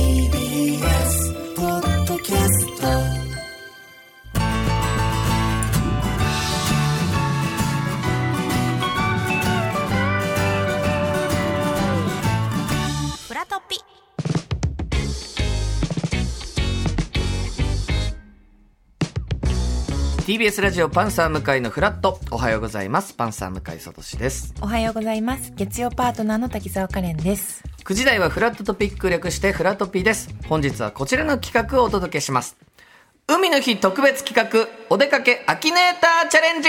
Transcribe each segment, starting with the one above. TBS ポッドキャストフラトピー TBS ラジオパンサー向井のフラットおはようございますパンサー向井聡ですおはようございます。月曜パートナーの滝沢カレンです。 9時台はフラットトピック略してフラトピーです本日はこちらの企画をお届けします海の日特別企画お出かけアキネーターチャレンジ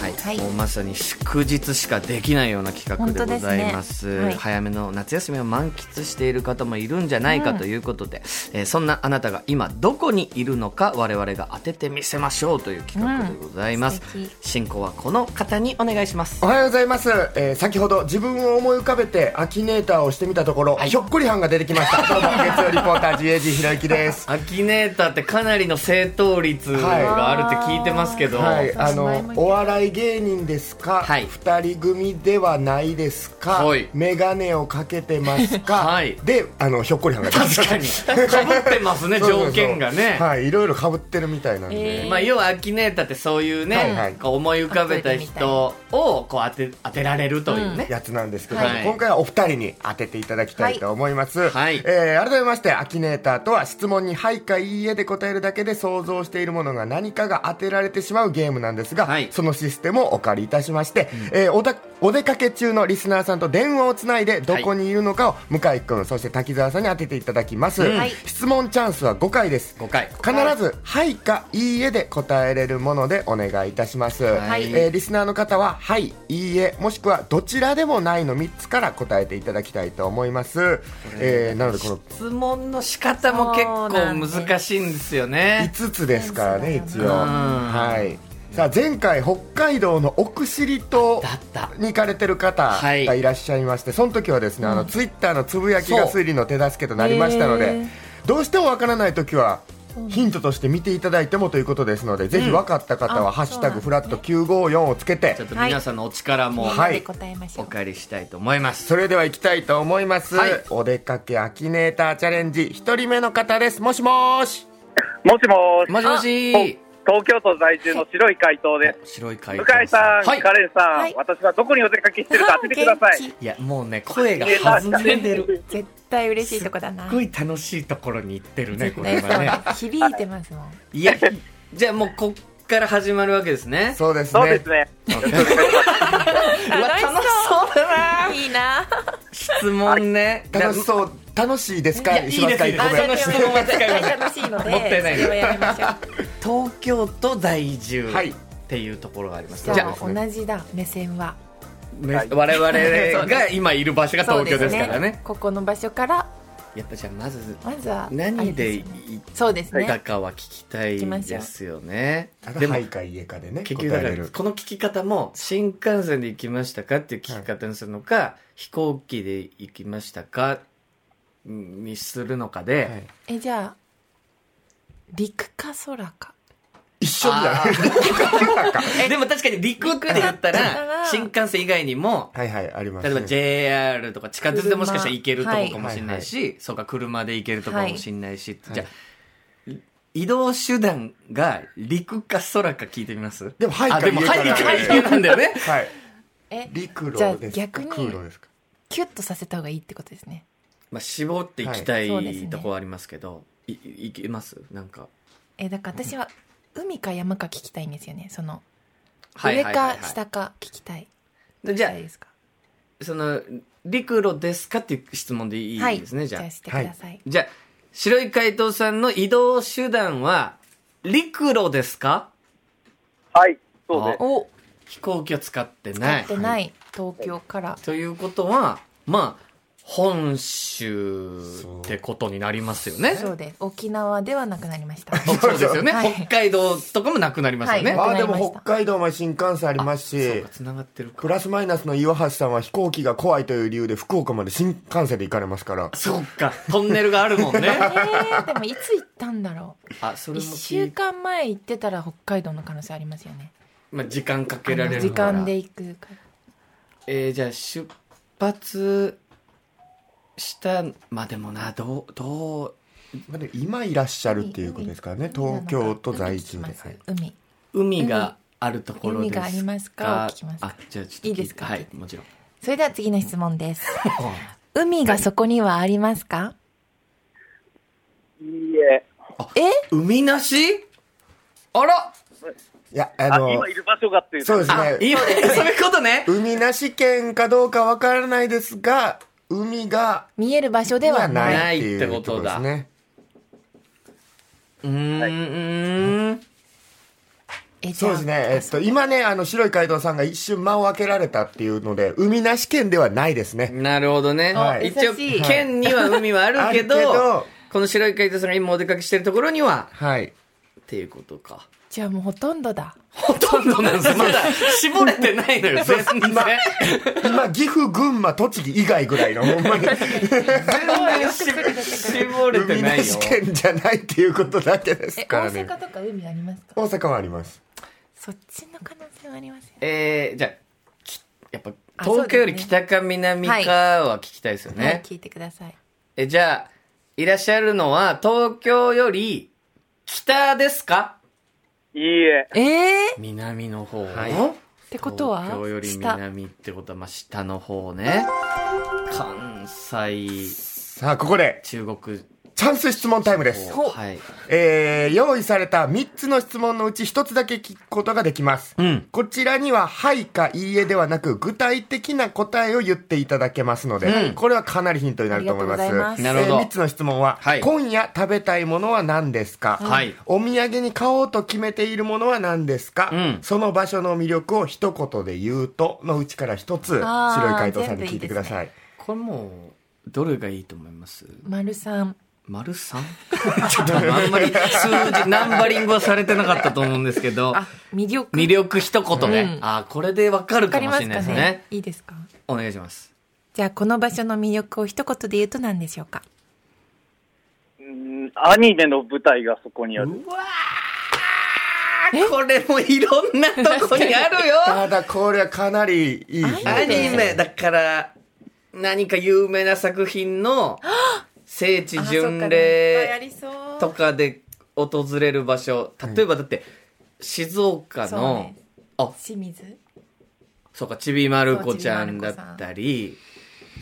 はい、はいもうまさに祝日しかできないような企画で本当ごですざねいますはい早めの夏休みを満喫している方もいるんじゃないかということで、えーそんなあなたが今どこにいるのか我々が当ててみせましょうという企画でございます、うん素敵進行はこの方にお願いしますおはようございます、えー先ほど自分を思い浮かべてアキネーターをしてみたところ、ひょっこりはんが出てきまし たどうも月曜リポーター GAG ひろゆきですアキネーターってかなりの正当率があるって聞いてますけど、はい、あ前のも言ったお笑い芸人ですか、はい二人組ではないですか、はいメガネをかけてますか、 はいであのひょっこりはんが出てきた確かにかぶってますね そうそうそう条件がね、はいいろいろかぶってるみたいなんで、まあ、要はアキネーターってそういうね、はいはいこう思い浮かべた人をこう当て当てられるというね、やつなんですけど、はい今回はお二人に当てていただきたいと思います、はいえー改めましてアキネーターとは質問に「はい」か「いいえ」で答えるだけで想像しているものが何かが当てられてしまうゲームなんですが、はいそのシステムをお借りいたしまして、えーおだお出かけ中のリスナーさんと電話をつないでどこにいるのかを向井君、そして滝沢さんに当てていただきます、はい質問チャンスは5回です5回必ず「はい」か「いいえ」で答えれるものでお願いいたします、いえーリスナーの方は「はい」「いいえ」もしくは「どちらでもない」の3つから答えていただきたいと思います、えーなのでこの質問の仕方も結構難しいんですよね5つですからね一応はいさあ前回北海道の奥尻島だったに行かれてる方がはいいらっしゃいまして、その時はですね、あのツイッターのつぶやきがそう推理の手助けとなりましたのへでーどうしてもわからない時はヒントとして見ていただいてもということですので、ぜひ分かった方は「ハッシュタグフラット954」をつけてちょっと皆さんのお力もはいで答えましょおう。借りしたいと思います、それでは行きたいと思います、はいお出かけアキネーターチャレンジ一人目の方ですもしもーしもしもーしもしもし東京都在住の白い回答です。白い回向井さん、はいカレンさん、はい私はどこにお出かけしてるか当ててください。元気いやもうね声が弾んでる 絶対嬉しいとこだな。すっごい楽しいところに行ってるねこれ絶はね対そう響いてますもん。いやじゃあもうこっから始まるわけですねそうですそうねですね。うわ楽しそうだないいな。質問ね楽しそう楽しいですかいやにしますかいいですごいいめんですその質問は使いません絶対楽しいので。もったいないなそれはやめましょう。東京都在住はいっていうところがありますじじゃゃあ同じだ目線は。あね我々が今いる場所が東京ですからねここの場所からやっぱじゃあまずまずはあれ何ですね行そうですっね。たかは聞きたいですよねたでだもはいか家かでね結局だ答かえれらるこの聞き方も新幹線で行きましたかっていう聞き方にするのか、飛行機で行きましたかにするのかで、はいえじゃあ陸か空か。一緒じゃないでも確かに陸って言った陸だったらら新幹線以外にもはいはいあります例えば JR とか地下鉄でもしかしたら行けるとこかもしれないし、そうか車で行けるとこかもしれないし、いじゃあ移動手段が陸か空か聞いてみますでもはいあかでも家はかい陸かで家なんだよねはいえ陸路じゃあですか逆に空路ですかキュッとさせた方がいいってことですね。まあ、絞っていきたい、はいそうですねとこはありますけど、い、いけますなんか。えだから私は海か山か聞きたいんですよね。そのはい上はいはいか下か聞きたい。はい。じゃどうですかあ、その、陸路ですかっていう質問でいいですね、じゃあ。してください。じゃあ、白い海盗さんの移動手段は、陸路ですかはい、そうです。お、飛行機を使って使ない。ってない東京から。ということは、まあ、本州ってことになりますよね。そうです。沖縄ではなくなりまし た。そうですよね、はい北海道とかもなくなりますよね。はあいあ、なでりまもした北海道も新幹線ありますそうしか、、繋がってるプか。ラスマイナスの岩橋さんは飛行機が怖いという理由で福岡まで新幹線で行かれますから。そうか、トンネルがあるもんねえ。ー、でもいつ行ったんだろ。あ、そうれ一も週間前行ってたら北海道の可能性ありますよね。まあ、時間かあけられのる時から間で行くから。えーじゃあ出発したまあでもなどうどまあでも今いらっしゃるっていうことですからね、東京と在住で。海はい海。う海があるところですか海がありますかを聞きますあじゃあちょっといいですかはいもちろんそれでは次の質問 です。海がそこにはありますかいいえ。海なしあらいや、あ、あの今、いる場所がっていう。そうですあね。今そういうことね海なし県かどうかわからないですが、海が、見える場所ではない。ないっていうことですなね。うーんえじゃそあうですね。えっと、今ね、あの、白い街道さんが一瞬間を開けられたっていうので、海なし県ではないですね。なるほどね、はい一応優しい県には海はあるけどあるけどこの白い海人さんが今お出かけしてるところにははい。っていうことかじゃあもうほとんどだ。 ほとんどなんですよまだ絞れてないのよ 全然今、今、岐阜、群馬、栃木以外ぐらいの、ほんまに、全然絞れて海なないよし県じゃないっていうことだけですえ、か大らね。阪とか海ありますか大阪はあります。そっちの可能性はありますよね。えー、じゃあきやっぱあ東京よりそうです北か南かは聞きたいですよね、はい、聞いてください。えじゃあいらっしゃるのは東京より北ですかいいえ。ええっ南の方、はいてことは東京より下。南ってことはまあ下の方ね関西さあ、ここで、中国チャンス質問タイムです。はいえー、用意された3つの質問のうち1つだけ聞くことができます。うんこちらには、はいかいいえではなく、具体的な答えを言っていただけますので、うんこれはかなりヒントになると思います。ありがとうございますなるほど3つの質問は、はい今夜食べたいものは何ですか、はいお土産に買おうと決めているものは何ですか、うんその場所の魅力を一言で言うと、のうちから1つ、あー白い回答さんに聞いてください。これもうどれがいいと思います丸さん。丸 三ちょっとあんまり数字、ナンバリングはされてなかったと思うんですけど、あ、魅力。魅力一言で、うんあ、これでわかるわかかりもましれすないかですねね。いいですかお願いします。じゃあこの場所の魅力を一言で言うと何でしょうかうん、アニメの舞台がそこにある。これもいろんなとこにあるよただ、これはかなりいいヒントアニメ、だから、何か有名な作品の、聖地巡礼そうとかで訪れる場所、例えばだって、静岡そうのね、あ、清水そうか、ちびまる子ちゃんだったり、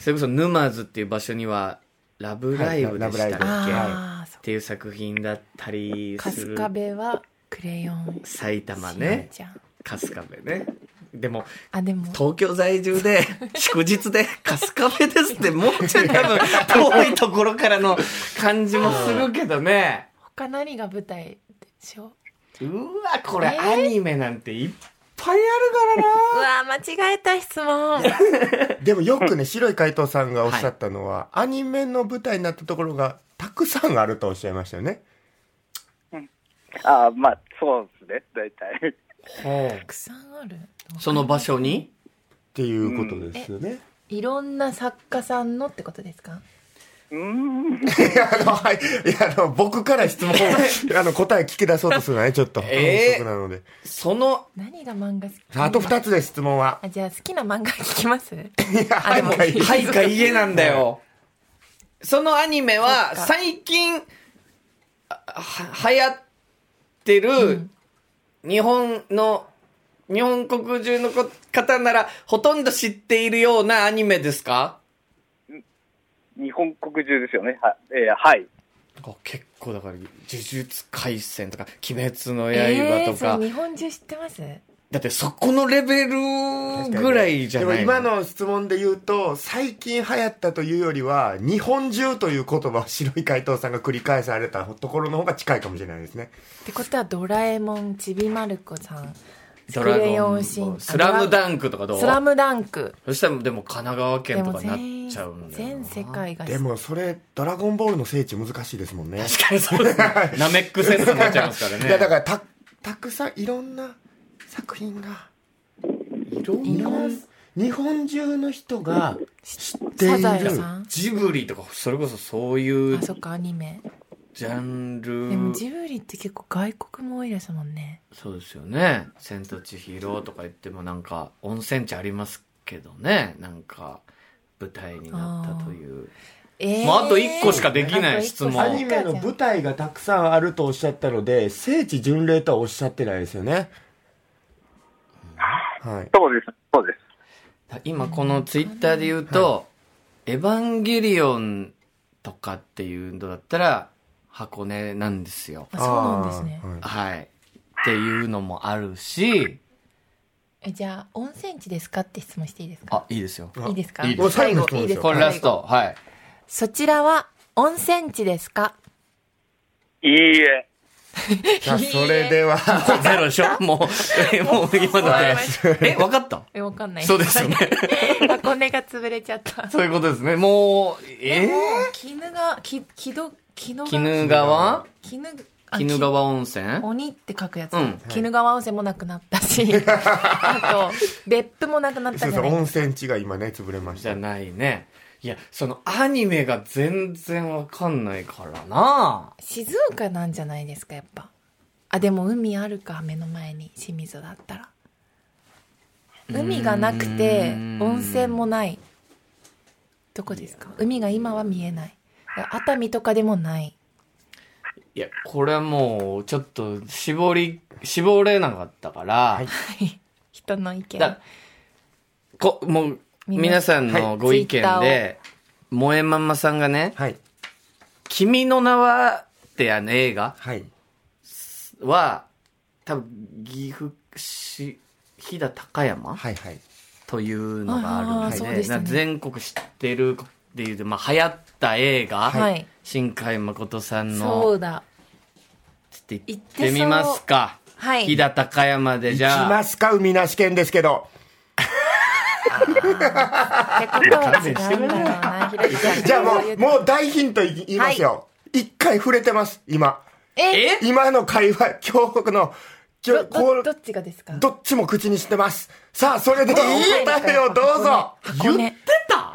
それこそ沼津っていう場所には、ラブライブでしたっけ、はいラブライブああそっうていう作品だったりする。春日部はクレヨン埼玉しんね。ちゃん春日部ね。でも、あでも東京在住で、 祝日で、春日部ですって、もうちょい多分、遠いところからの感じもするけどね。他何が舞台でしょう うわ、これえアニメなんていっぱいあるからうわー間違えた質問でもよくね、白い怪盗さんがおっしゃったのは、アニメの舞台になったところがたくさんあるとおっしゃいましたよね。あーまあ、そうですね、大体。 な。たくさんあるその場所にっていうことですよね。いろんな作家さんのってことですかうーん。いや、あの、はい。いや、あの、僕から質問、あの、答え聞き出そうとするのはね、ちょっと。えー反則なので。その、何が漫画好きさあ、あと二つです、質問は。あじゃあ好きな漫画聞きます はあでもいはいはいか家なんだ よ。そのアニメはそっか最近あは流行ってる日本の、日本国中のこ方ならほとんど知っているようなアニメですか日本国中ですよね。は、えーはい。あ結構だから呪術廻戦とか鬼滅のえ刃ーとそか、う日本中知ってますだってそこのレベルぐらいじゃないでも今の質問で言うと、最近流行ったというよりは、日本中という言葉を白い怪盗さんが繰り返されたところの方が近いかもしれないですね。ってことはドラえもんちびまる子さんドラクエゴヨンンシンスラムダンクとかどうスラムダンク。そしたらでも神奈川で県ともかにな全っちゃうんだよ全世界がでもそれ「ドラゴンボール」の聖地難しいですもんね確かにそうですねナメックセンスになっちゃいますからねい やだからたたくさんいろんな作品がいろん日本日本中の人が知っていサザエるさん ジブリとかそれこそそういうあそっかアニメジャンでもルジブリって結構外国も多いですもんねそうですよね「千と千尋」とか言ってもなんか温泉地ありますけどねなんか舞台になったというえもうあと一個しかできない質問アニメの舞台がたくさんあるとおっしゃったので聖地巡礼とはおっしゃってないですよねはいそうです、そうです。今このツイッターで言うと「エヴァンゲリオン」とかっていうのだったら箱根なんですよあそうなんですねあーはいはいっていうのもあるしえじゃあ温泉地ですかって質問していいですかあいいですよいいですかいいですもう最最後の後質い問いですですよかこれラストはいそちらは温泉地ですかいいえ。じゃあそれではゼロでしょ もう、えもう今ので。え、わかったえわかんないそうですよ ね。箱根が潰れちゃったそういうことですね。もう、ええ鬼怒川き木戸木戸鬼怒川鬼怒あ鬼怒川温泉鬼って書くやつ、うん鬼怒川温泉もなくなった しあと別府もなくなったそうじゃそうない温泉地が今ね潰れましじゃたないね。いや、そのアニメが全然わかんないからな静岡なんじゃないですかやっぱあでも海あるか目の前に清水だったら海がなくて温泉もないどこですか海が今は見えない熱海とかでもないいや、これはもう、ちょっと、絞り、絞れなかったから、人の意見だこ、もう、皆皆さんのご意見はいで、萌えママさんがね、はい君の名はってあの映画はいは、多分、岐阜市、飛騨高山はいはいというのがあるんで、あーそうでしたねな全国知ってるっていうと、まあ、流行った映画、はい新海誠さんその、うだちょっと行ってみますか。はい飛騨高山で、じ行きゃまあ、すか海なし県ですけどってことは違うんだろうなひろきさん じゃあもこう言もう大ヒントい言いますよ一、回触れてます今ええ今の会話今日の今ど日こどうどっちがですかどっちも口にしてますさあそれでいい答えをどうぞ箱根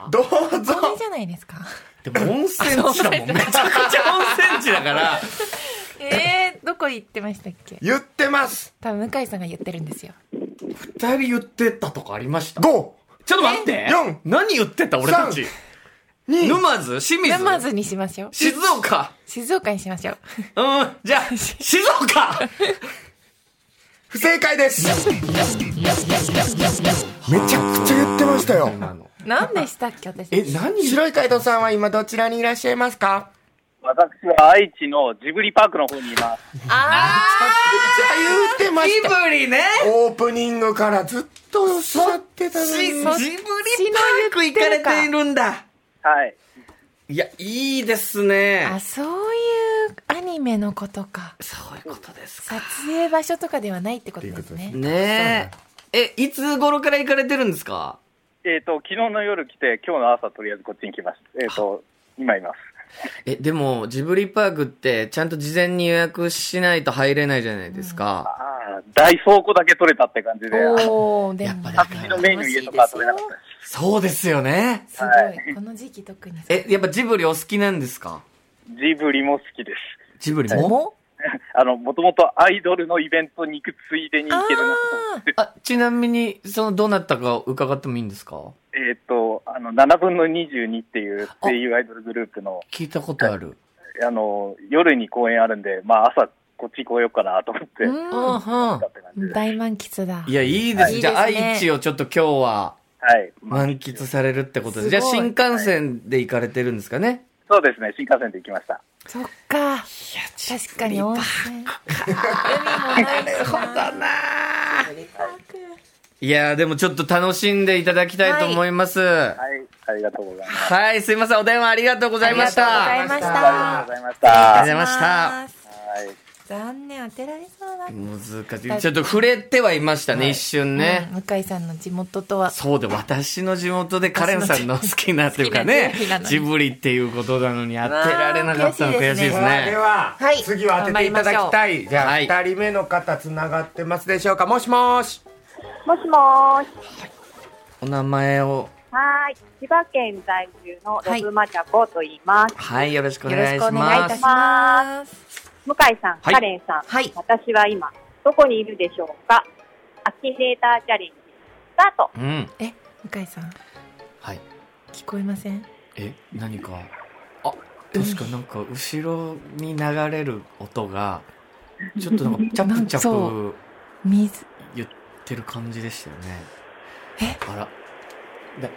どうぞ箱根じゃないですかでも温泉地だもん。 めちゃくちゃ温泉地だから、えー、どこ行ってましたっけ言ってます多分向井さんが言ってるんですよ二人言ってたとかありました。ちょっ5と待ってえ四何言ってた俺たち。 2沼津清水沼津にしましょう静岡静岡にしましょう うん、じゃあ、静岡不正解ですめちゃくちゃ言ってましたよ何でしたっけ私え何白い海斗さんは今どちらにいらっしゃいますか私は愛知のジブリパークの方にいます。あじゃあ言ってましジたブリねオープニングからずっとおっしゃってたのジジブリにパそっちーク行かれているんだはい。いや、いいですーあね。そういうアニメのことかそういうことですか。撮影場所とかではないってことですねねえ。え、いつ頃から行かれてるんですかえっ、と、昨日の夜来て、今日の朝とりあえずこっちに来ました。えっ、と、今います。え、でも、ジブリパークって、ちゃんと事前に予約しないと入れないじゃないですか。ああ、大倉庫だけ取れたって感じで、おおでやもっぱハッピーのメニュー入れとかは取れなかったです。そうですよね。すごいこの時期特にえ、やっぱジブリお好きなんですかジブリも好きです。ジブリもあの、もともとアイドルのイベントに行くついでに行けるなと。あーあ、ちなみに、その、どうなったか伺ってもいいんですかえっ、と、あの、7分の22っていう声優アイドルグループの、聞いたことある。あの、夜に公演あるんで、まあ朝、こっち行こうようかなと思って、行っうん、うん。たって感じで。大満喫だいや、いいです。いいじゃあ、ですね愛知をちょっと今日ははい。まあ満喫されるってことで。すごいじゃあ、新幹線で行かれてるんですかね。そうですね、新幹線で行きました。そっか確かに温泉海もないしなはいやー、でもちょっと楽しんでいただきたいと思います。はい、はい、ありがとうございます。すいません。お電話ありがとうございました。ありがとうございましありがたとうございましありがとた。うございました失礼しますはい。残念当てられそうだった難しい。ちょっと触れてはいましたね、一瞬ね。うん向井さんの地元とはそうで、私の地元でカレンさんの好きなっていうかね好きな地域なの、にジブリっていうことなのに当てられなかったのうわー悔しいですねで。は、はい次は当てていただきたい。じゃあ、はい二人目の方つながってますでしょうか。もしもし。もしもーし。お名前を、はーい。千葉県在住のロブマチャコと言います。はい、よろしくおよろ願しいくおし願いいまたすし。ます向井さん、はいカレンさん、はい私は今、どこにいるでしょうかアキネーターチャレンジ、スタートうん。え向井さんはい。聞こえませんえ、何か、あ、確かなんか後ろに流れる音が、ちょっとなんかチャプチそャプう水言ってる感じでしたよね。えあら。だ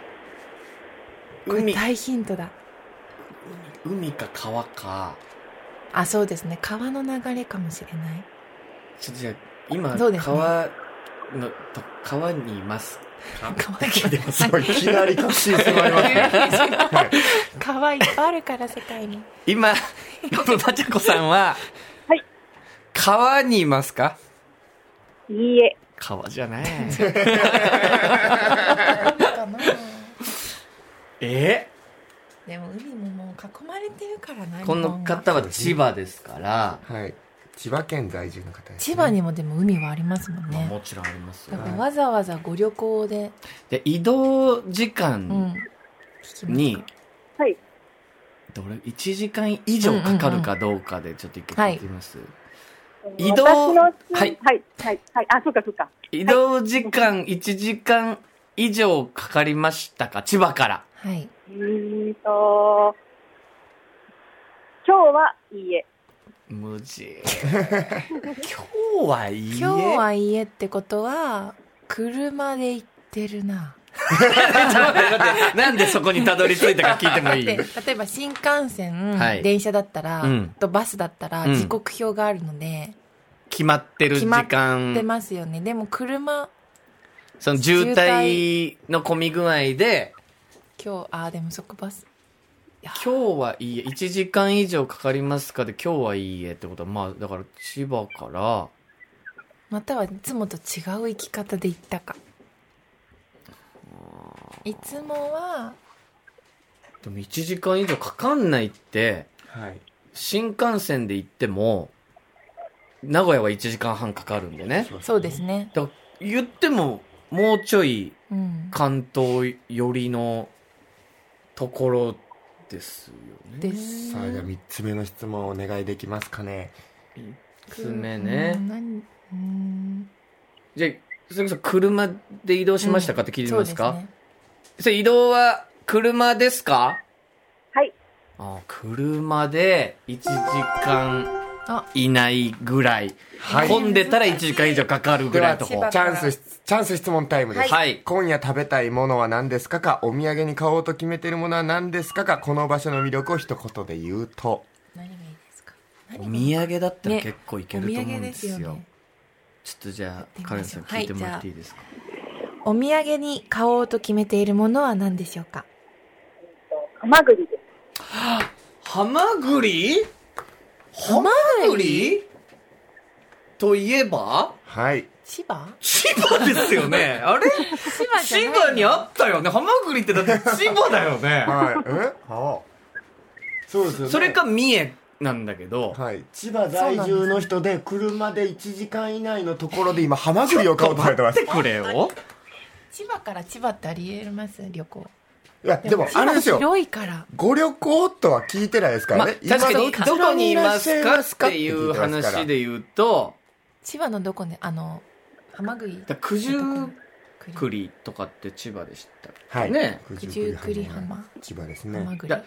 これ海、大ヒントだ海か川か。あそうですね川の流れかもしれないちょっとじゃあ今、そうですね川のと、川にいますか川って聞いてますいきなり確信してまいりますね。川いっぱいあるから世界に 今、ロブマチャコさんは、はい。川にいますかいいえ、川じゃない。かなえ でも海ももう囲まれてるから なこの日方は千葉ですから、 はい。千葉県在住の方です、本が千葉。にもでも海はありますもんまあねもちろんありますだよからわざわざご旅行でで、移動時うん、間聞きますに、はい。どれ、1時間以上かかるかどうかで、ちょっと一回聞いてみます。移動私の住はいはい、はい、はい。あ、そうか、そうか。移動時間1時間以上かかりましたか千葉から。はい、うーんと、今日はいいえ。無 事。今日はいいえ。今日は家ってことは車で行ってるなちょっと待って待ってなんでそこにたどり着いたか聞いてもいいで例えば新幹線、はい電車だったら、うんとバスだったらうん時刻表があるので、決まってる時出間、ますよねでも車その渋滞の混み具合で、今日ああでもそこバス今日はいいえ、1時間以上かかりますかで、今日はいいえってことは、まあ、だから千葉から、またはいつもと違う生き方で行ったかいつもはでも1時間以上かかんないって、はい。新幹線で行っても、名古屋は1時間半かかるんでね。そうですねだから言っても、もうちょいうん関東寄りのところですよね。ですさあ、じゃあ3つ目の質問をお願いできますかね。爪うねん。何うんじゃあ、それこそ車で移動しましたかって聞いてみますか、そうでそれ移動は車ですかはい。あ車で1時間あ以内ぐらい。はい。混んでたら1時間以上かかるぐでらいはのとチこ。ャンスし、チャンス質問タイムです。はい今夜食べたいものは何ですかか、お土産に買おうと決めてるものは何ですかか、この場所の魅力を一言で言うと。何がいいですかお土産だったらね結構いけおると土思う産んでですすよよ。ねちょっとじゃあ、やってみましょうカレンさん聞いてもらっていいですか、お土産に買おうと決めているものは何でしょうかハマグリです。ハマグリハマグリといえば はい。千葉千葉ですよね。あれ千葉じゃ千ない葉にあったよね。ハマグリってだって千葉だよね。 はい。えああ。そうですよね。それか三重なんだけど、はい、千葉在住の人で車で1時間以内のところで今ハマグリを買おうとされてま待すってくれよ。千葉から千葉ってありえます旅行いやでもあれです千葉よ広いからご旅行とは聞いてないですかまらあ、ね、確かに、今どこにいまどちらすにいらかっしゃいますかっていうって聞いてますから話で言うと、千葉のどこねあのハマグリだ九十九栗里とかって千葉でしたっけはいね九十九里浜千葉ですハマねグいリや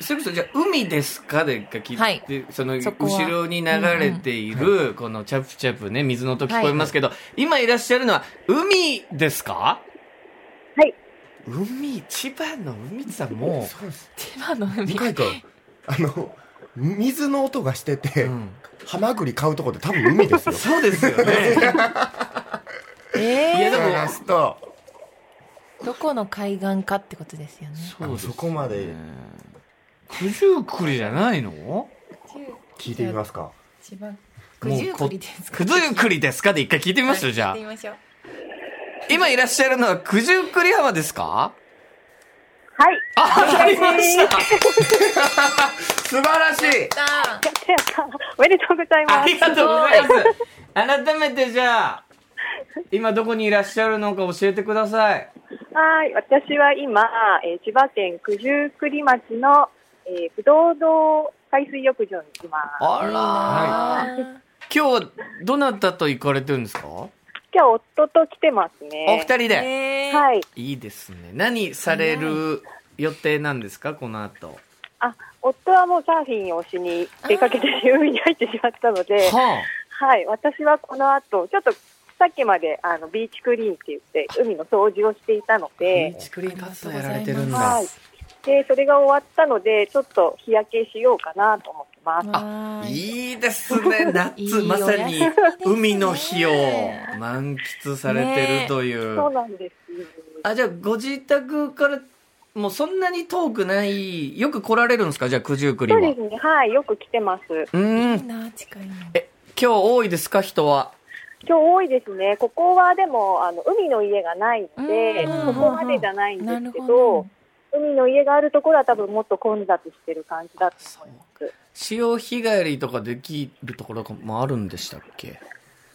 それこそ、じゃあ海ですかでが聞いて、はいその、そこは後ろに流れている、このチャプチャプね、水の音聞こえますけど、今いらっしゃるのは、海ですかはい。海、千葉の海ってさ、もそうです千葉の海向井君あの水の音がしてう、て、うんハマグリ買うとこって多分海 ですよそうですよね。いや、えでも、探すとー、どこの海岸かってことですよねあのそこまで九十九里じゃないの聞いてみますか一番九もう十九こ里ですか九十九里ですかで一回聞いてみますよ、じゃ行っあて。みましょう今いらっしゃるのは九十九里浜ですかはい。あ、当たりました素晴らしいあーやったやった おめでとうございあますり。がとうございます改めてじゃあ、今どこにいらっしゃるのか教えてください。はい。私は今、えー千葉県九十九里町の、えー、ぶどう堂海水浴場に来ます。あらあー今日はどなたと行かれてるんですか今日夫と来てますね。お二人で。えーはい。いいですね。何される予定なんですかこの後。あ、夫はもうサーフィンをしに出かけて海に入ってしまったので、ははい。私はこの後、ちょっとさっきまであのビーチクリーンって言って海の掃除をしていたのあ。でビー、チクリーン活動やられてるんだは。い。で、それが終わったので、ちょっと日焼けしようかなと思ってます。あいいです ね。いい夏、おまさに休みですね海の日を満喫されてるという。そうなんです。あ、じゃあご自宅から、もうそんなに遠くない、よく来られるんですかじゃあ九十九里そうは。ですね。はい。よく来てます。うーいいん。な近いのえ、今日多いですか人は。今日多いですね。ここはでも、あの、海の家がないので、うんここまでじゃないんでなするけほどど、海の家があるところは多分もっと混雑してる感じだと思います。潮干狩りとかできるところもあるんでしたっけ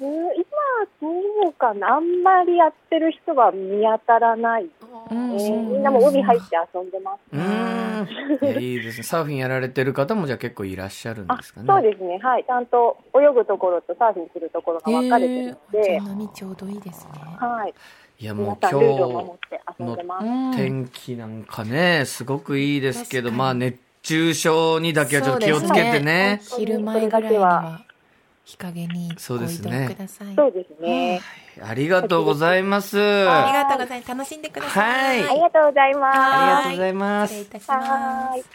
うん今、どうかな。あんまりやってる人は見当たらないね。うんみんなもう海入って遊んでます。うーん。いや、いいですね。サーフィンやられてる方もじゃあ結構いらっしゃるんあですかね。そうですね、はい、ちゃんと泳ぐところとサーフィンするところが分かれてるので、えー、波ちょうどいいですねはい、いや、も皆うさん、ルールを今守って遊んでます。日、天気なんかね、すごくいいですけど、まあ熱中症にだけはちょっと気をつけてね。ね昼前ぐらいには日陰にご移動ください、そうですね。ありがとうございます。ありはがとうございます楽しんでくださいはありがとうございます。ありはがとうございます失礼いたしまはーいす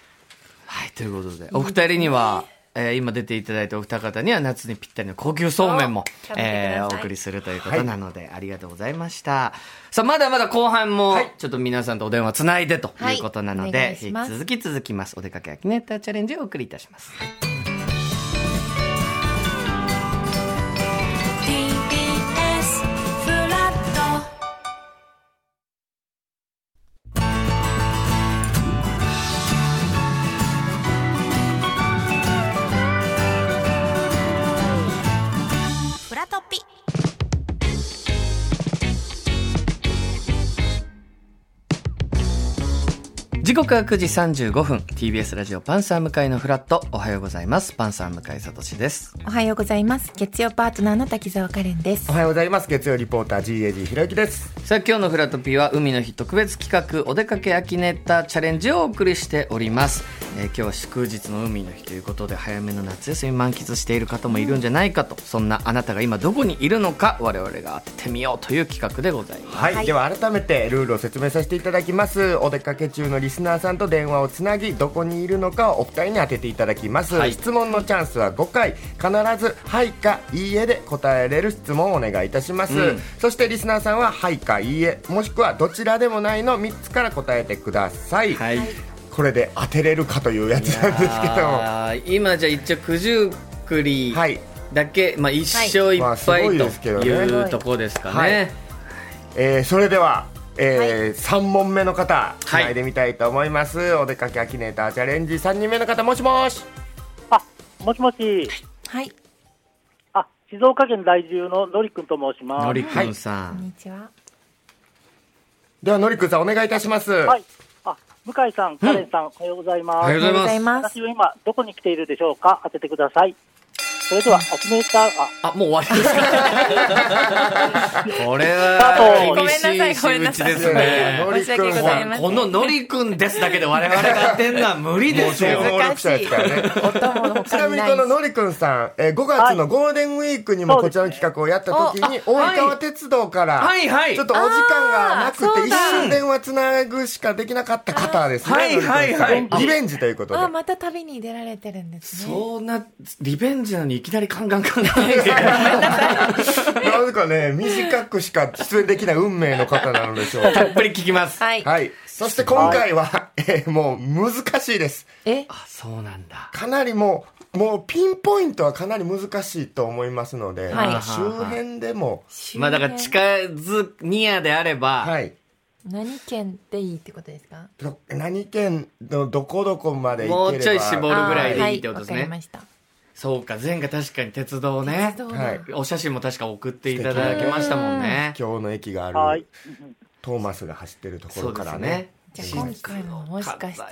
い、ということで、お二人には、えー今出ていただいたお二方には夏にぴったりの高級そうめんもお食べてくだ、さいえーお送りするということなので、ありがとうございました。さあ、まだまだ後半も、ちょっと皆さんとお電話つないでということなので、はいお願いします引き続き続きます。お出かけアキネーターチャレンジをお送りいたします。 TBS フラットフラトピ時刻は9時35分、TBS ラジオパンサー向かいのフラット、おはようございます。パンサー向かいさとしです。おはようございます月曜パートナーの滝沢カレンですおはようございます月曜リポーター GAG ひろゆきですさあ今日の「フラトピー」は海の日特別企画「お出かけ秋ネタチャレンジ」をお送りしております、えー今日は祝日の海の日ということで早めの夏休み満喫している方もいるんじゃないかとそんなあなたが今どこにいるのか我々が当ててみようという企画でございますはい、では改めてルールを説明させていただきますお出かけ中のリスナーさんと電話をつなぎどこにいるのかをお二人に当てていただきます、はい質問のチャンスは5回必ず「はい」か「いいえ」で答えれる質問をお願いいたします、うんそしてリスナーさんは「はい」か「いいえ」もしくは「どちらでもない」の3つから答えてください、はいこれで当てれるかというやつなんですけどもあー今じゃあ一応九十九里はいだけ、まあ、一勝一まあすご敗、いですとけどねいうところですかね、はいえーそれでは、え3問目の方つはいないでみたいと思います、お出かけアキネーターチャレンジ3人目の方もしもしもしもし、はいあ、静岡県在住ののりくんと申します。のりくんさこんん、にちはではのりくんさんお願いいたします、はい。あ、向井さん、カレンさん、おはようございます。おはようございますす私は今、どこに来ているでしょうか当ててください。それでは、アキネーター、あ、あもう終わりですこれスターはト厳しい仕打ちですいやいねやのり申し訳ごくんざいはませんこののりくんですだけで我々がやってんのは無理ですよ。もう難しい登録者ですからねお供のち他なみにになこのいのりくんさん、えー5月のゴールデンウィークにもこちらの企画をやった時に、そうですね大井川鉄道から、はいはいちょっとお時間がなあーくそて、う一だ瞬電話つなぐしかできなかった方ですね。はいのりくんさんはいはいリベンジということであ。また旅に出られてるんですねそんな、リベンジなのにいきなりカンカンカンカン。なんかね、短くしか出演できない運命の方なのでしょう か。たっぷり聞きます。はいはい。そして今回は、えーもう難しいです。えあそうなんだ。かなりもう、もうピンポイントはかなり難しいと思いますので、はい周辺でも、まあだから周近辺づニアであれば、はい。何県でいいってことですかど何県のどこどこまでも行うければちょい絞ボールぐらいでいいってことですねあーはいわかりましたそうか前回確かに鉄道ね鉄道だはいお写真も確か送っていただきましたもんね今日の駅がある、はい。トーマスが走ってるとこそろうでかすねらね。じゃあ今回ももしかしたら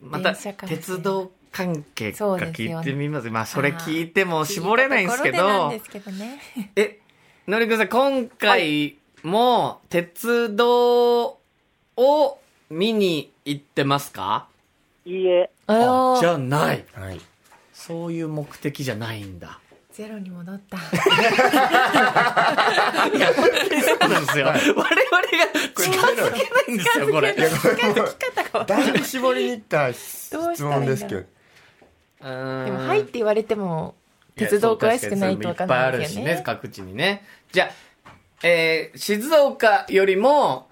また電車かもしれない鉄道関係かそうですよね聞いてみますまあそれ聞いても絞れないんですけ聞いたとこどろでなんですけどね えのりくんさん今回も鉄道を見に行ってますかいいえ。おーゃないはい。そういう目的じゃないんだゼロに 戻ったいや本当にそうなんですよ我々が近づけないんですよこれいやこれもうだいぶ絞りにいった質どうしたらいいんだろう問ですけど、ででも「はい」って言われても鉄道詳しくないと分かんないですいっぱいあよるしねね各地にねじゃあ、えー静岡よりも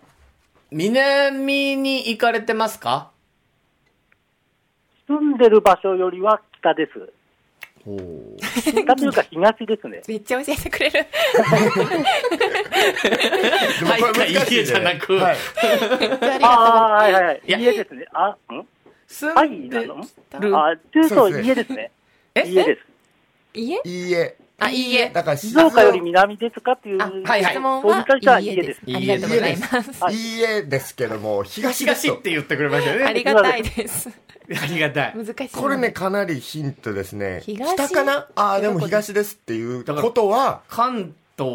南に行かれてますか住んでる場所よりは北です。北というか東ですね。めっちゃ教えてくれ るでもこれは難しいねいじゃなくはい、ああー、はいはいはい。いや家ですね。あ、ん住はんいなでのるあ、中そう東ですね家えですね。家です。家いいえ。あいいえだから静岡より南ですかっていう。はあいはい質問そういった人ははいいいええでですすありがとうございますはいいいえですけども、東です東とって言ってくれましたよあねりがたいですありがたい難しいなこれね、かなりヒントですね。東北かなああ、でも東ですっていうだからことは、関東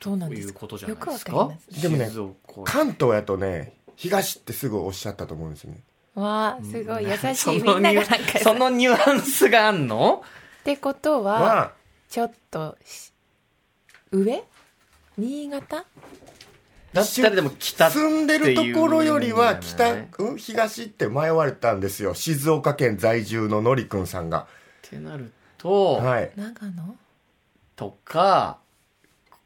そうなとんいでうすことじゃよないくでわすかかりますでもね静岡関東やとね、東ってすぐおっしゃったと思うんですよね。わあす ごい優しそいみんのながニなュんかそのニュアンスがあんのってことはは、ちょっとし上新潟だったらでも北っていう住んでるところよりは北、ねうん東って迷われたんですよ。静岡県在住ののりくんさんが。ってなると、はい。長野とか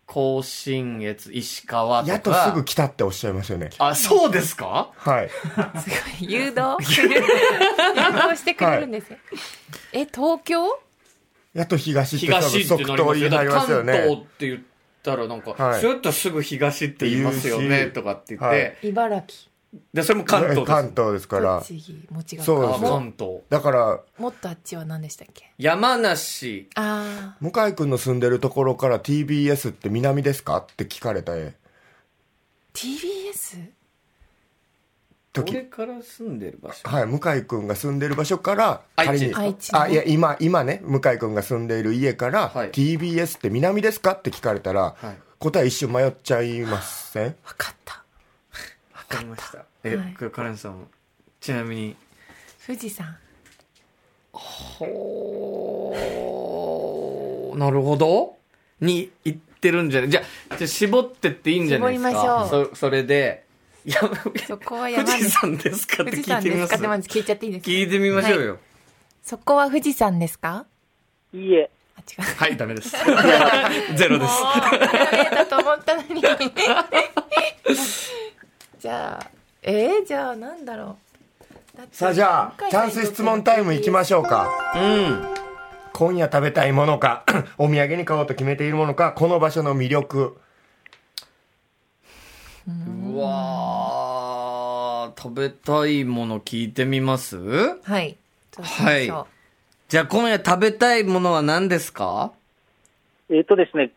甲信越石川とかやっとすぐ来たっておっしゃいますよね。あそうですかはい。すごい誘導 誘導してくれるんですよえ東京やっと東って多東分って即なりま答すによなだりから関ますよ東ね。って言ったらなんか、はいずっとすぐ東って言いますよ言ねうしとかって言って、はい茨城でそれも関東です関東ですから。栃木もちがそうあですよ関東だから、もっとあっちは何でしたっけ山梨あ向井くんの住んでるところから TBS って南ですかって聞かれたー TBS 時俺。から住んでる場所はい、向井くんが住んでる場所から、愛知に。愛知あ、いや、今、今ね、向井くんが住んでいる家から、はい TBS って南ですかって聞かれたはら、い答え一瞬迷っちゃいま せん分かったわかりましたえ、はいカレンさんもちなみに富士山ほーなるほどに行ってるんじゃないじゃあじゃあ絞ってっていいんじゃないですか絞りましょうそそれでいやそこは富山士です山ですかって聞富士い山てでみますすかってまず聞いちゃっていいですか聞いてみましょうよそこは富士山ですかいいえ。あ違う はい、ダメです ゼロですだと思ったのに じゃあえー、じゃあなんだろうだってさあじゃあ、チャンス質問タイムいきましょうか。うん今夜食べたいものか、お土産に買おうと決めているものか、この場所の魅力。うわー食べたいもの聞いてみますはいそうしましょうじゃあ今夜食べたいものは何ですかえっ、とですね、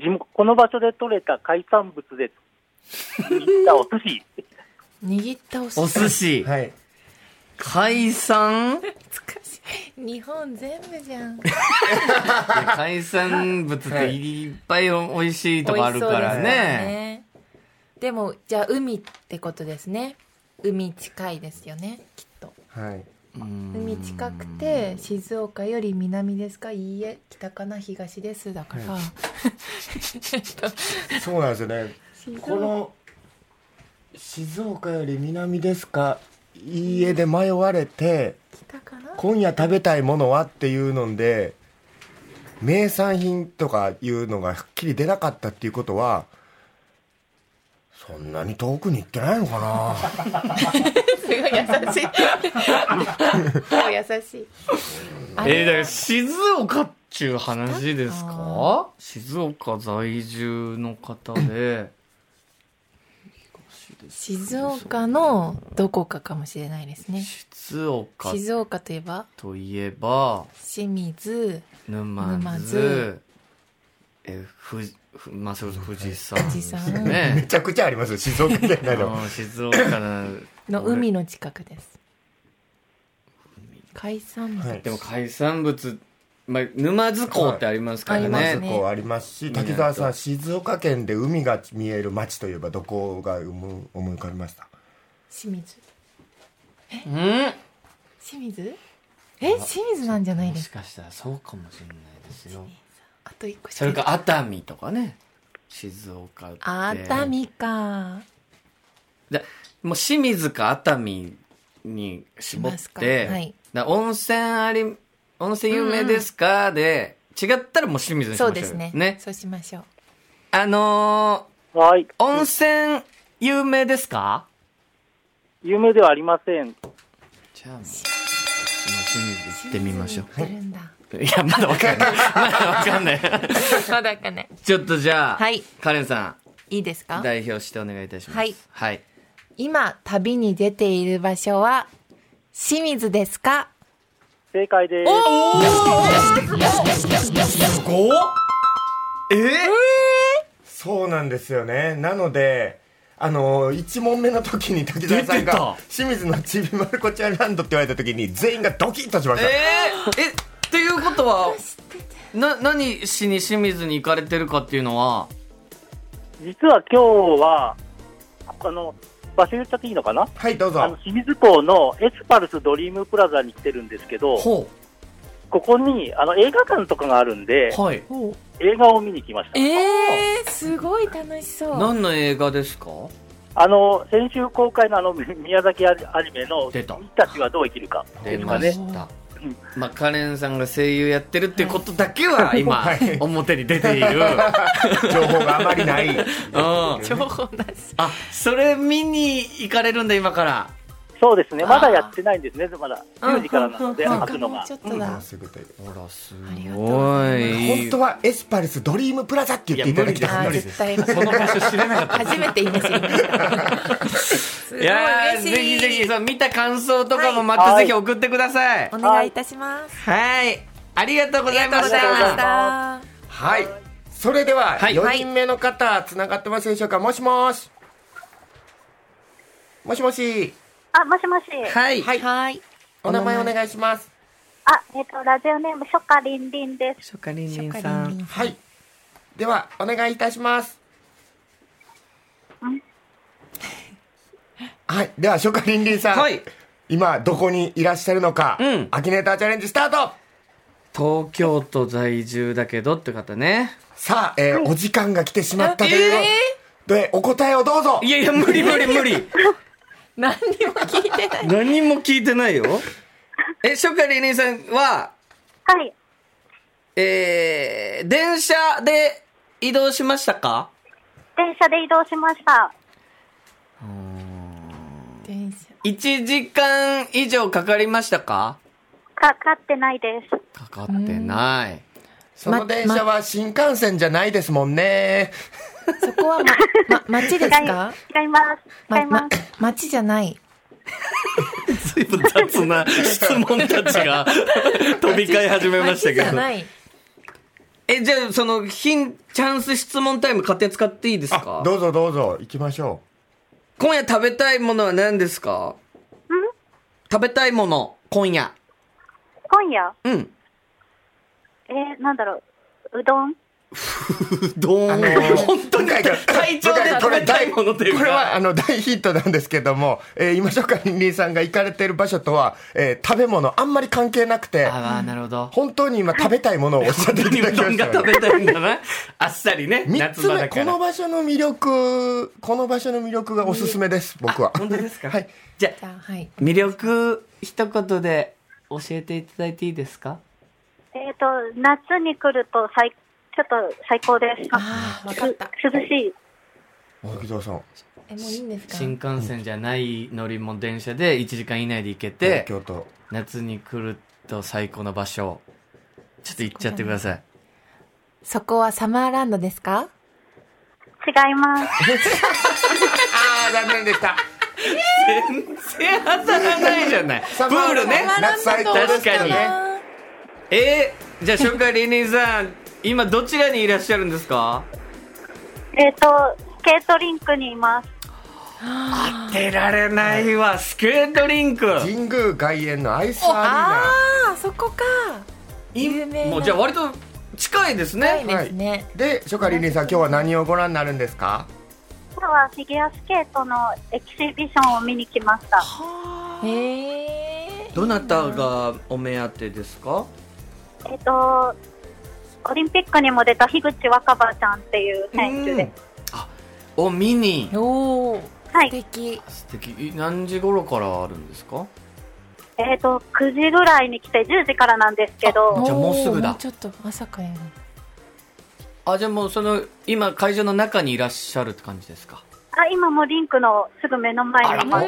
地元この場所で採れた海産物で握ったお寿司。握ったお寿司お寿司はい。解散懐かしい 日本全部じゃん海産物っていっぱい美味しいと美こあ味しるそかうですらよね。ねでもじゃあ海ってことですね海近いですよねきっとはい。海近くて静岡より南ですかいいえ北かな東ですだから、そうなんですよね。この、静岡より南ですか、いいえで迷われて、北かな今夜食べたいものはっていうので名産品とかいうのがはっきり出なかったっていうことはそんなに遠くに行ってないのかなすごい優しい。もう優しい。えー、あれだから静岡っちゅう話ですか静岡在住の方で。静岡のどこかかもしれないですね。静岡静岡といえば、といえば、清水、沼沼津津、え、ふじ、ふまあ、それこそ富士山富士山めね。ちゃくちゃありますよ静岡県 あ内でもの静岡のの海の近くです。海産物、はいでも海産物、まあ、沼津港ってありますからはいね。ありますねこうありますし港滝沢さん静岡県で海が見える町といえばどこが思い思い浮かびました清水。うん清水え、清水なんじゃないもでしすか。かしたらそうかもしれないですよ。あと一個しそかれか熱海とかね。静岡って。熱海か。でもう清水か熱海に絞っしますかて、はいだから温泉あり、温泉有名ですか、で、違ったらもう清水にしましょうそうよですねね。そうしましょう。あのはい。ー温泉有名ですか有名ではありません。じゃあもう、清水行ってみましょ知ってるんだ。う。いや、まだわかんない。まだわかんない。まだかね。 ちょっとじゃあ、はいカレンさいいですん、か代表してお願いいたします。はいはい。今、旅に出ている場所は、清水ですか正解です。すごっえーそうなんですよねなのであの1問目の時に滝沢さん出てがた清水のちびまる子ちゃんランドって言われた時に全員がドキッとしました、えー、え、っていうことは、な、何しに清水に行かれてるかっていうのは、実は今日は、あの、場所言っちゃっていいのかなはいどうあ のぞ清水港のエスパルスドリームプラザに来てるんですけど、ほここにあの映画館とかがあるんで、う。はい。映画を見に来ました。えー、すごい楽しそう。何の映画ですかあの先週公開のあのみ宮崎アニメの出た君たちはどう生きるかって出いうのがまねし、たうん。まあ、カレンさんが声優やってるってことだけは今、はい表に出ている。情報があまりないうん。情報なし。あ、それ見に行かれるんだ、今から。そうですね、あーまだやってないんですね、まだうんミュージカルなので、うん開くのもがうちょ。っともだう。すぐというほら、すありがとうごございい。本当はエスパルスドリームプラザって言っていただきたあいーのに絶対その場所知らなかった。初めて言いました。すご いいやー嬉しい。ぜひぜひ、そう見た感想とかもまたぜひ送ってくださいお。願いいたします。はい。ありがとうございまし。ありがとうございましたた。 はいそれでははい4人目の方つながってますでしょうかもしもしもしもしあ、もしもし。はい。はいはい。お名前お願いしますあ、えっ、と、ラジオネーム、ショカリンリンです。ショカリンシリョンカさリンん。リンさん。はいではお願いいたしますはいでは初夏りんりんさん、はい今どこにいらっしゃるのか、うんアキネーターチャレンジスタート東京都在住だけどって方ね。さあ、えーお時間が来てしまったというのでお答えをどうぞいやいや、無理無理無理。 何にも聞いてない。何も聞いてないよ。え、ショカリンリンさんは、はい。えー、電車で移動しましたか電車で移動しました。電車。 ?1 時間以上かかりましたかかかってないです。かかってない。その電車は新幹線じゃないですもんね、そこはま、ま、町です違いか違います。違いま、ますま。、町じゃない。随分雑な質問たちが飛び交い始めました町けじゃど。ない。 え、じゃあ、その、ヒン、チャンス質問タイム勝手に使っていいですあかどうぞどうぞ行きましょ今夜食べたいものは何ですか食べたいもの、今夜。今夜、うん。えー、なんだろう。うどんうどん。あのー本当に向井君会長で食べたいものといううこれはか。あの大ヒントなんですけども、えー、今初夏りんりんさんが行かれている場所とは、えー食べ物あんまり関係なくてああ、なるほど。本当に今食べたいものをおっしゃっていただうきどまんしがた食よねべたいんだな。 あっさりね。三夏つ場目だかこのら。場所の魅力この場所の魅力がおすすめです僕は本当ですかはいじゃじあ、ゃあ、はい。魅力、一言で教えていただいていいですかえっ、と、夏に来ると最、ちょっと最高です。ああ、わかった。す涼しい。滝沢さんえもういいんですか新幹線じゃない乗りも電車で1時間以内で行けて東、京都夏に来ると最高の場所。ちょっと行っちゃってください。そこはサマーランドですか違います。ああ残念でした全然当たらないじゃない。プールね。夏最高ですよ確ねえー、じゃあ、紹介リニーさん、今どちらにいらっしゃるんですかえっ、と、スケートリンクにいます。出られないわ、スケートリンク。神宮外苑のアイスアああそこか有名なもうじゃあ割と近いですないね。ですね、リーナで初夏リリーさん今日は何をご覧になるんですか今日はフィギュアスケートのエキシビションを見に来ました。へえどなたがお目当てですかえっ、と、オリンピックにも出た樋口若葉ちゃんっていう選手で。あ、お、見に。おおはい素。敵素敵。何時頃からあるんですかえっ、と、9時ぐらいに来て10時からなんですけど、じゃあもうすぐだおーもうちょっとまさかやなあ、じゃあもうその、今会場の中にいらっしゃるって感じですかあ今もリンクのすぐ目の前にいます。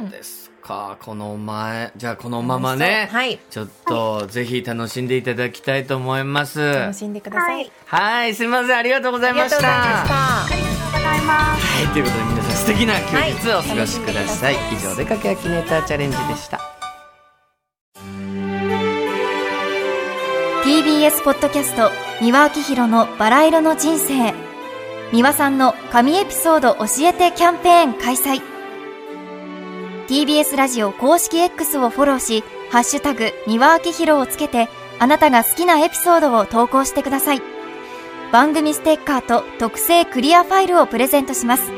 そうですか。この前、じゃあこのままね。はいちょっと、ぜひ楽しんでいただきたいと思います。楽しんでください、はいはい、すみません、ありがとうございありがまとうし。ございましたたはい、ということで皆さん素敵な休日をお過ごしはください。い楽しんでください以上、でかけやきネタチャレンジでした。 TBS ポッドキャスト三輪明宏のバラ色の人生三輪さんの神エピソード教えてキャンペーン開催 TBS ラジオ公式 X をフォローし「ハッシュタグ三輪明宏」をつけてあなたが好きなエピソードを投稿してください番組ステッカーと特製クリアファイルをプレゼントします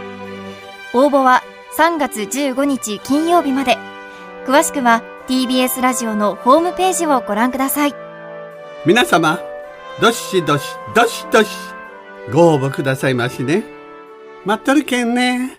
応募は3月15日金曜日まで詳しくは TBS ラジオのホームページをご覧ください皆様、どしどし、どしどし、ご応募くださいましね。待っとるけんね。